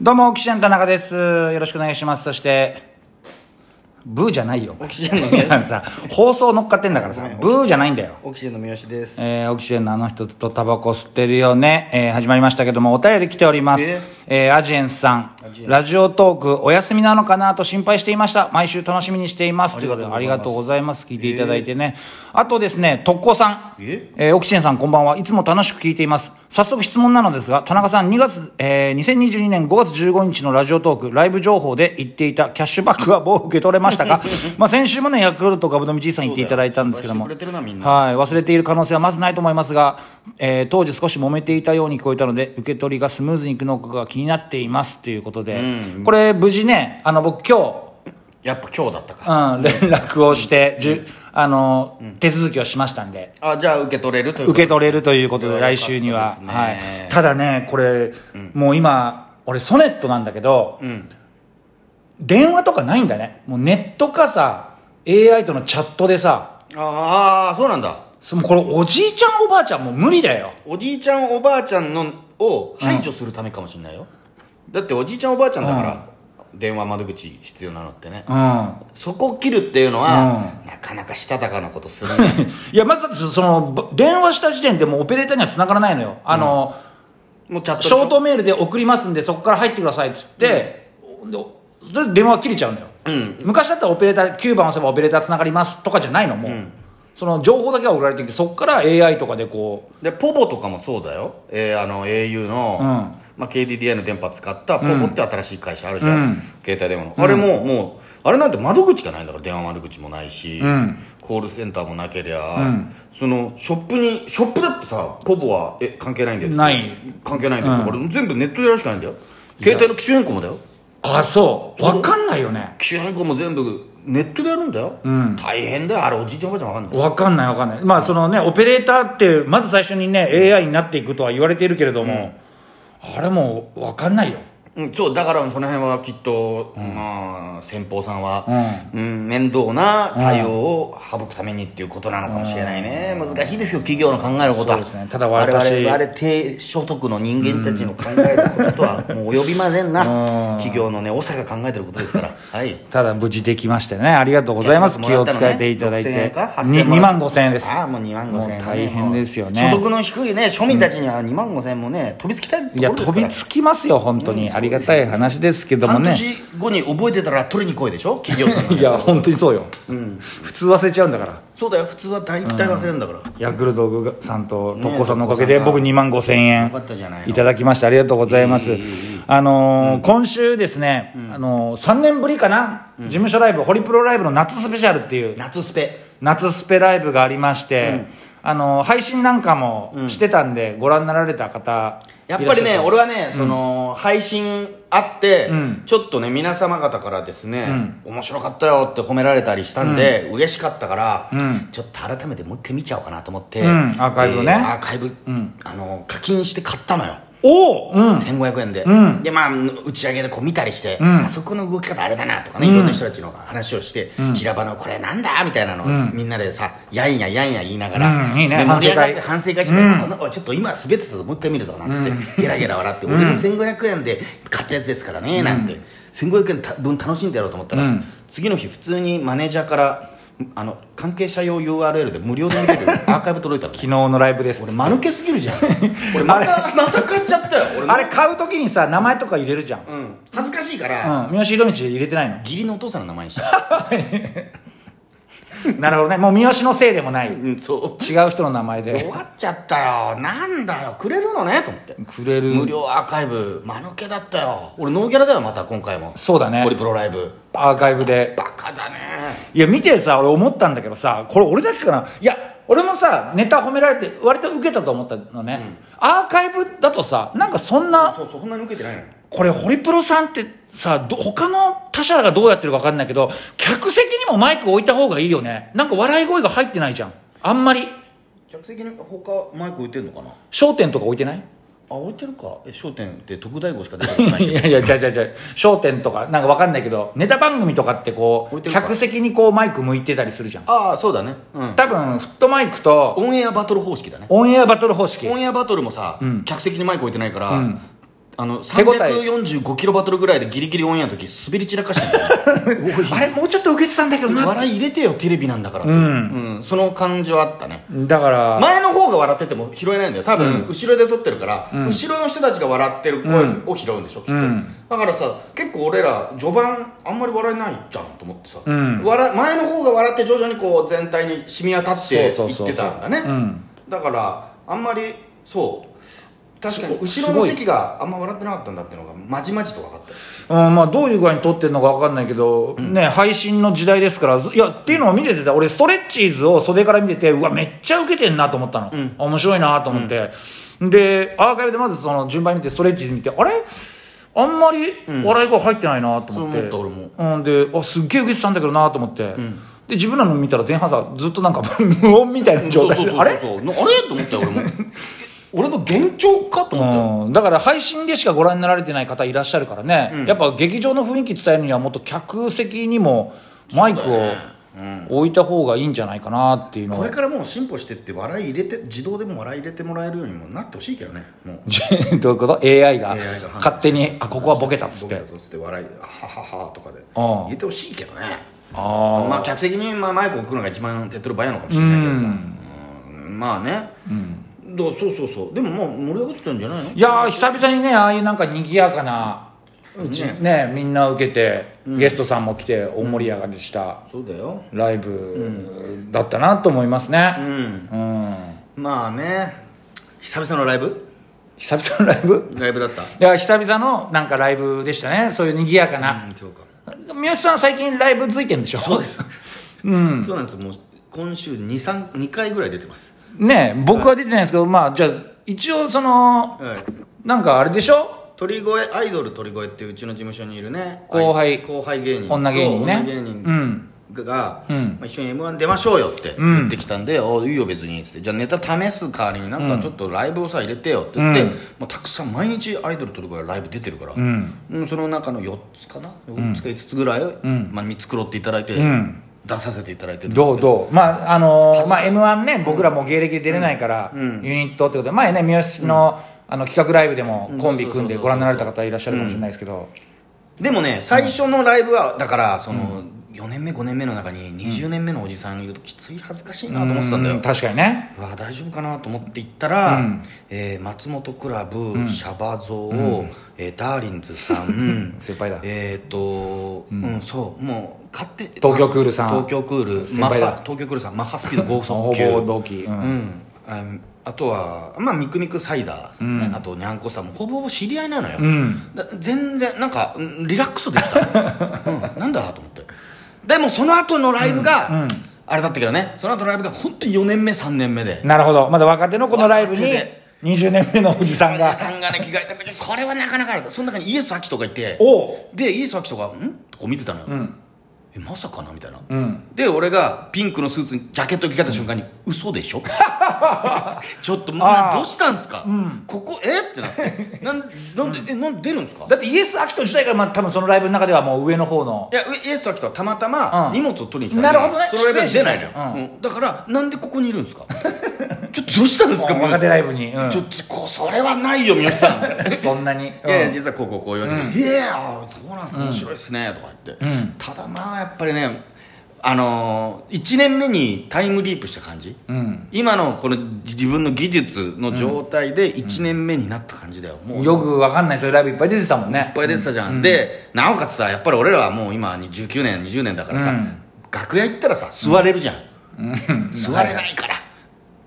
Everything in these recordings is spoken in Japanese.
どうも、オキシジェン田中です。よろしくお願いします。そして、ブーじゃないよ。オキシジェンのね あのさ、放送乗っかってんだからさごめん、ブーじゃないんだよ。オキシエンの三好です。えー、オキシジェンのあの人とタバコ吸ってるよね、えー始まりましたけども、お便り来ておりますえ。えーアジエンスさんアジエ、ンラジオトークお休みなのかなと心配していました。毎週楽しみにしています。ということで、あありりががととううございます。聞いていただいてね。あとですね、特攻さん。ええーオキシエンさんこんばんはいつも楽しく聞いています早速質問なのですが田中さん2月、えー2022年5月15日のラジオトークライブ情報で言っていたキャッシュバックはもう受け取れました かまあ先週もねヤクルト株のみじいさん言っていただいたんですけどもそうだよ心配してくれてるなみんなはい忘れている可能性はまずないと思いますが、えー当時少し揉めていたように聞こえたので受け取りがスムーズにいくのかが気になっていますということで、これ無事ねあの僕今日やっぱ今日だったか。うん、連絡をして、じゅあの、手続きをしましたんで、あ、じゃあ受け取れるということ受け取れるということでいや来週には、よかったはでいすね、ただねこれ、もう今俺ソネットなんだけど、電話とかないんだねもうネットかさ AI とのチャットでさああ、そうなんだ。そのこれおじいちゃんおばあちゃんもう無理だよおじいちゃんおばあちゃんのを排除するためかもしれないよ。だっておじいちゃんおばあちゃんだから、電話窓口必要なのってね。うん そこを切るっていうのは、なかなかしたたかなことするね。いやまずだってそのば電話した時点でもうオペレーターには繋がらないのよあの、もうチャットでシしょョートメールで送りますんでそこから入ってくださいっつって、でそれで電話切れちゃうのよ、うん昔だったらオペレーター9番押せばオペレーターつながりますとかじゃないのもう、その情報だけが送られてきてそこから AI とかでこでポボとかもそうだよ、えーあの au の、うんまあ、KDDI の電波使ったポボって新しい会社あるじゃん、うん携帯電話の、あれももうあれなんて窓口がないんだから電話窓口もないし、んコールセンターもなけりゃ、んそのショップにショップだってさポボはえ関係ないんだよない関係ないんだよ、うんこれ全部ネットでやるしかないんだよ携帯の機種変更もだようあそう分かんないよね機種変更も全部ネットでやるんだよ、ん大変だよあれおじいちゃんおばあちゃんわかんない分かんない分かんないまあそのねオペレーターってまず最初にね AI になっていくとは言われているけれども、あれもう分かんないようん、そうだからその辺はきっと、まあ、先方さんは、ううん面倒な対応を省くためにっていうことなのかもしれないね、難しいですよ企業の考えることはそうですねただ私我々我々低所得の人間たちの考えることとはもう及びませんな、うん企業のね長が考えてることですからはいただ無事できましてねありがとうございます気を使えていただいて、 6000円か8000 2, 円万5000円ですああもう2万5000円、もう大変ですよね所得の低いね庶民たちには2万5000円もね飛びつきたいとこいろやですか飛らびつきますよ本当に、ありがたい話ですけども半ね年後に覚えてたら取りに来いでしょ企業さ んがいや本当にそうよ、普通忘れちゃうんだからそうだよ普通は大体忘れるんだから、ヤクルトさんとね特攻さんのおかげで特攻僕さんが2万5千円よかったじゃないのいただきましてありがとうございます、いいいいいいあのー今週ですね、あのー、3年ぶりかな、事務所ライブホリプロライブの夏スペシャルっていう夏スペ夏スペライブがありまして、あのー配信なんかもしてたんで、ご覧になられた方やっぱりいねらっしゃる俺はね、その配信あって、うんちょっとね皆様方からですね、面白かったよって褒められたりしたんで、嬉しかったから、うんちょっと改めてもう一回見ちゃおうかなと思って、うんアーカイブねえーアーカイブ、あの課金して買ったのよおおうん1500円で、うんでまあ打ち上げでこう見たりして、んあそこの動き方あれだなとかね、いろんな人たちの話をして、平場のこれなんだみたいなのを、みんなでさやんややんや言いながら、うんいいねで盛り上がっ反省会て反省会して、このおいちょっと今滑ってたぞもう一回見るぞなんつって、ゲラゲラ笑って、俺の1500円で買ったやつですからねなんて、1500円た分楽しんでやろうと思ったら、うん次の日普通にマネージャーからあの関係者用 URL で無料で見 れるアーカイブ届いたの昨日のライブです俺間抜けすぎ るじゃん俺またまた買っちゃったよ俺あれ買うときにさ名前とか入れるじゃん、うん、うん、恥ずかしいから、三好弘道入れてないの 義理のお父さんの名前にした、なるほどねもう三好のせいでもない違ううん、そう人の名前終でわっちゃったよなんだよくれるのねと思ってくれる無料アーカイブ間抜けだったよ俺ノーギャラだよまた今回もそうだねホリプロライブアーカイブでバカだねいや見てさ俺思ったんだけどさこれ俺だけかないや俺もさネタ褒められて割と受けたと思ったのね、アーカイブだとさなんかそんなそうそうそんなに受けてないのよこれホリプロさんってさど他の他社がどうやってるか分かんないけど客席にもマイク置いた方がいいよねなんか笑い声が入ってないじゃんあんまり客席に他マイク置いてんのかな『笑点』とか置いてないあ置いてるかえ『笑点』って特大号しか出てこ ないけいどやいや、じゃあじゃあじゃあ商店とか、なんかわかんないけど、ネタ番組とかってこ置う、いてるか客席にこうマイク向いてたりするじゃん。ああそうだねうん多分、フットマイクと、オンエアバトル方式だねオンエアバトル方式。オンエアバトルもさ、客席にマイク置いてないから、あの手応え345キロバトルぐらいでギリギリオンエアの時滑り散らかしてる あれもうちょっと受けてたんだけどな笑い入れてよテレビなんだからって、うんその感じはあったねだから、前の方が笑ってても拾えないんだよ多分、後ろで撮ってるから、後ろの人たちが笑ってる声を拾うんでしょ、きっと、だからさ結構俺ら序盤あんまり笑えないじゃんと思ってさ、笑前の方が笑って徐々にこう全体に染み当たっていってたそうそうそんうそうだねうんだからあんまりそう確かにす後ごいろの席があんま笑ってなかったんだっていうのがまじまじと分かったようんまあ、どういう具合に撮ってるのか分かんないけど、ね、配信の時代ですからずいやっていうのを見ててた俺ストレッチーズを袖から見ててうわめっちゃウケてんなと思ったの、面白いなと思って、でアーカイブでまずその順番に見てストレッチーズ見てあれあんまり笑い声入ってないなと思って、うん、そう思っであすっげえウケてたんだけどなと思って、で自分らの見たら前半さずっとなんか 無音みたいな状態であれそうなあれと思ったよ俺 も俺の幻聴かと思ったようん、だから配信でしかご覧になられてない方いらっしゃるからね、やっぱ劇場の雰囲気伝えるにはもっと客席にもマイクを置いた方がいいんじゃないかなっていうのこをれからもう進歩してって笑い入れて自動でも笑い入れてもらえるようにもなってほしいけどねもう どういうこと AI が AI が判断勝手に「あここはボケた」っつっボケてたぞっつって笑いはははとかでああ入れてほしいけどねあまあ客席にまあマイク置くのが一番手っ取り早いのかもしれないけどさうんまあねだからそうそうそうでもまあ盛り上がってたんじゃないのいやー久々にねああいうなんか賑やかなうちねみんな受けて、ゲストさんも来て大盛り上がりしたそうだよライブだったなと思いますね、うんうん、まあね久々のライブ久々のライブライブだったいや久々のなんかライブでしたねそういう賑やかな、そうか三好さん最近ライブついてるんでしょそうですうんそうなんですよもう今週2回ぐらい出てますねえ僕は出てないんですけど、まあじゃあ一応そのはいなんかあれでしょ鳥越アイドル鳥越っていううちの事務所にいるね後輩あい後輩芸人と女芸人ね女芸人うんが、うんまあ、一緒に m 1出ましょうよって言ってきたんで「おいいよ別に」っつって「じゃあネタ試す代わりになんかちょっとライブをさ入れてよ」って言って、うんもうたくさん毎日アイドル鳥越ライブ出てるから、んうんその中の4つかな4つか5つぐらい、まあ、見繕っていただいて、ん出させていただいてるどうどうまああのーまあ、m 1ね僕らもう芸歴で出れないから、ユニットってことで前ね三好の,、あの企画ライブでもコンビ組んでうんご覧になられた方いらっしゃるかもしれないですけど、でもね最初のライブはだからその、4年目5年目の中に20年目のおじさんいるときつい恥ずかしいなと思ってたんだよ、う確かにねうわ大丈夫かなと思って行ったら、えー松本クラブ、シャバゾウ、えーダーリンズさん 先輩だえっ、と、うんそうもう買って東京クールさん東京クール先マッ輩だハ東京クールさんマッハスピード5ほ速球ぼ同期、ううんんああとはまあミクミクサイダーさんね、あとにゃんこさんもほぼほぼ知り合いなのよ、んだ全然なんかうんリラックスできた、うん、なんだと思ってでもその後のライブが、あれだったけどねその後のライブが本当に4年目3年目でなるほどまだ若手のこのライブ若手にで20年目のおじさん皆が さんがね着替えた時にこれはなかなかあるその中にイエス・アキとかいておうでイエス・アキとか「ん?」とこう見てたのよ、んえまさかなみたいな、んで俺がピンクのスーツにジャケット着替えた瞬間に「嘘で しょ? 」ちょっとあまーあどうしたんすか、ここえって なってなんなんでえなんで出るんですかだってイエス・アキト自体が、まあ、多分そのライブの中ではもう上の方のいやイエスとアキとはたまたまうん荷物を取りに来ただけなるほどねそのライブに出ないのよ、失礼しましうんだからなんでここにいるんですか ちょっとどうしたんですかうん若手ライブにうんちょっとこうそれはないよ三好さんみたいなそんなに、いやいやうん実はこうこうこういうわけで「いやそうなんですか面白いっすね」とか言って、うんただまあやっぱりねあのー、1年目にタイムリープした感じ、ん今のこの自分の技術の状態で1年目になった感じだよ、もういっよくわかんないそういうライブいっぱい出てたもんねぱい出てたじゃん、でなおかつさやっぱり俺らはもう今19年20年だからさ、うん楽屋行ったらさ座れるじゃん、座れないから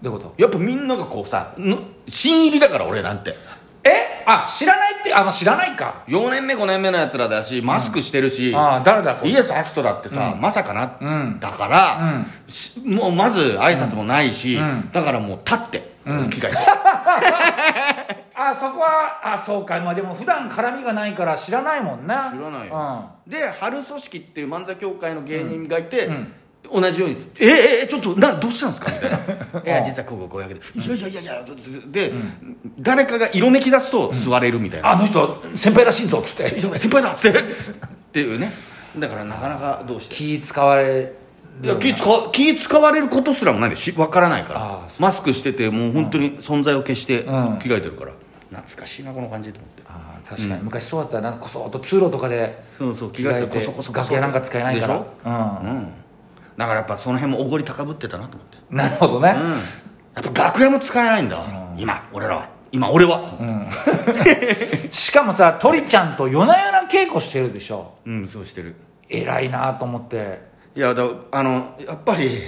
どういうことやっぱみんながこうさの新入りだから俺なんてえあ知らないってあの知らないか4年目5年目のやつらだしマスクしてるし、ああ誰だこれイエス・アキトだってさ、まさかな、うんだから、しもうまず挨拶もないし、んだからもう立って、着替えてあそこはあそうかまあでも普段絡みがないから知らないもんな知らないよよ、で春組織っていう漫才協会の芸人がいて、ん同じように「ええええちょっとなどうしたんですか?」みたいな「いやうん実はこうこうこうやけどいやいやいやいや」で、誰かが色めき出すと座れるみたいなあの人先輩らしいぞっつっ「てやばい先輩だ!」ってっていうねだからなかなかどうして気使われいや気使わ気使われることすらもないでし分からないかああらマスクしててもう本当に存在を消して着ん替えてるから、懐かしいなこの感じと思ってあー確かに、昔そうだったらなこそっと通路とかでそうそう着替え着替えててこそこそこ楽そ屋なんか使えないかでしら、うんだからやっぱその辺もおごり高ぶってたなと思ってうん、なるほどね、やっぱ楽屋も使えないんだ、今俺らは今俺はしかもさ鳥ちゃんと夜な夜な稽古してるでしょうん、そうしてる偉いなと思っていやだあのやっぱり、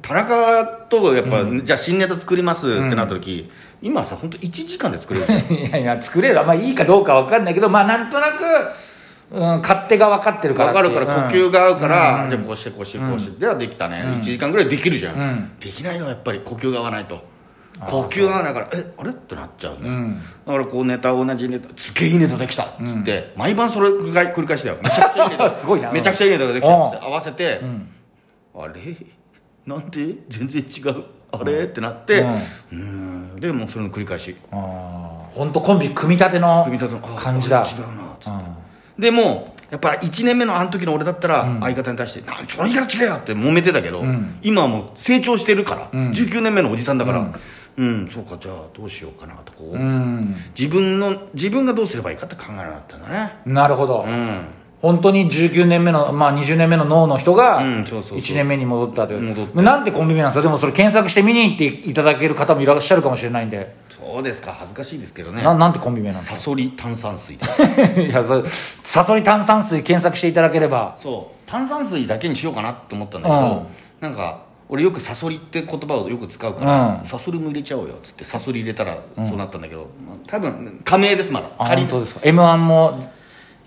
田中とやっぱ、じゃあ新ネタ作りますってなった時、今さ本当1時間で作れるいやいや作れるあんまあいいかどうか分かんないけどまあなんとなく、うん、勝手が分かってるから分かるから呼吸が、が合うから、じゃあこうしてこうしてこうして、ではできたね、1時間ぐらいできるじゃうん、んできないのはやっぱり呼吸が合わないと呼吸が合わないからえあれってなっちゃうね、んだからこうネタ同じネタすげえいいネタできたっつって、毎晩それ繰り返繰り 返しだよめちゃくちゃいいネタすごいなめちゃくちゃいいネタができたっつっうて合わせて、あれなんで全然違うあれ、ってなってうんうーんでもうそれの繰り返しあーほんとコンビ組み立ての組み立てのあ感じだ違うなっつって、うんでもやっぱ1年目のあの時の俺だったら相方に対して「なん、その言い方違うよ」って揉めてたけど、今はもう成長してるから、19年目のおじさんだからうん、そうかじゃあどうしようかなとこう、うん自分の自分がどうすればいいかって考えなかったんだねなるほど、うん本当に19年目の、まあ、20年目の脳の人がうんそうそうそう1年目に戻ったという,、戻っなんてコンビ名なんですかでもそれ検索して見に行っていただける方もいらっしゃるかもしれないんで、そうですか恥ずかしいですけどねななんてコンビ名なんですサソリ炭酸水ですか いやそれサソリ炭酸水検索していただければそう炭酸水だけにしようかなって思ったんだけど、なんか俺よくサソリって言葉をよく使うから、うんサソリも入れちゃおうよっつってサソリ入れたらそうなったんだけど、まあ多分仮名ですまだあ本仮です当ですか m 1も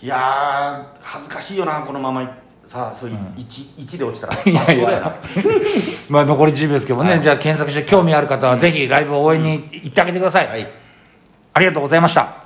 いやー恥ずかしいよなこのままさあそう、一一で落ちたら いやいや爆笑だよなまあ残り10秒ですけどもね、じゃあ検索して興味ある方はぜひライブを応援に行ってあげてください、はいありがとうございました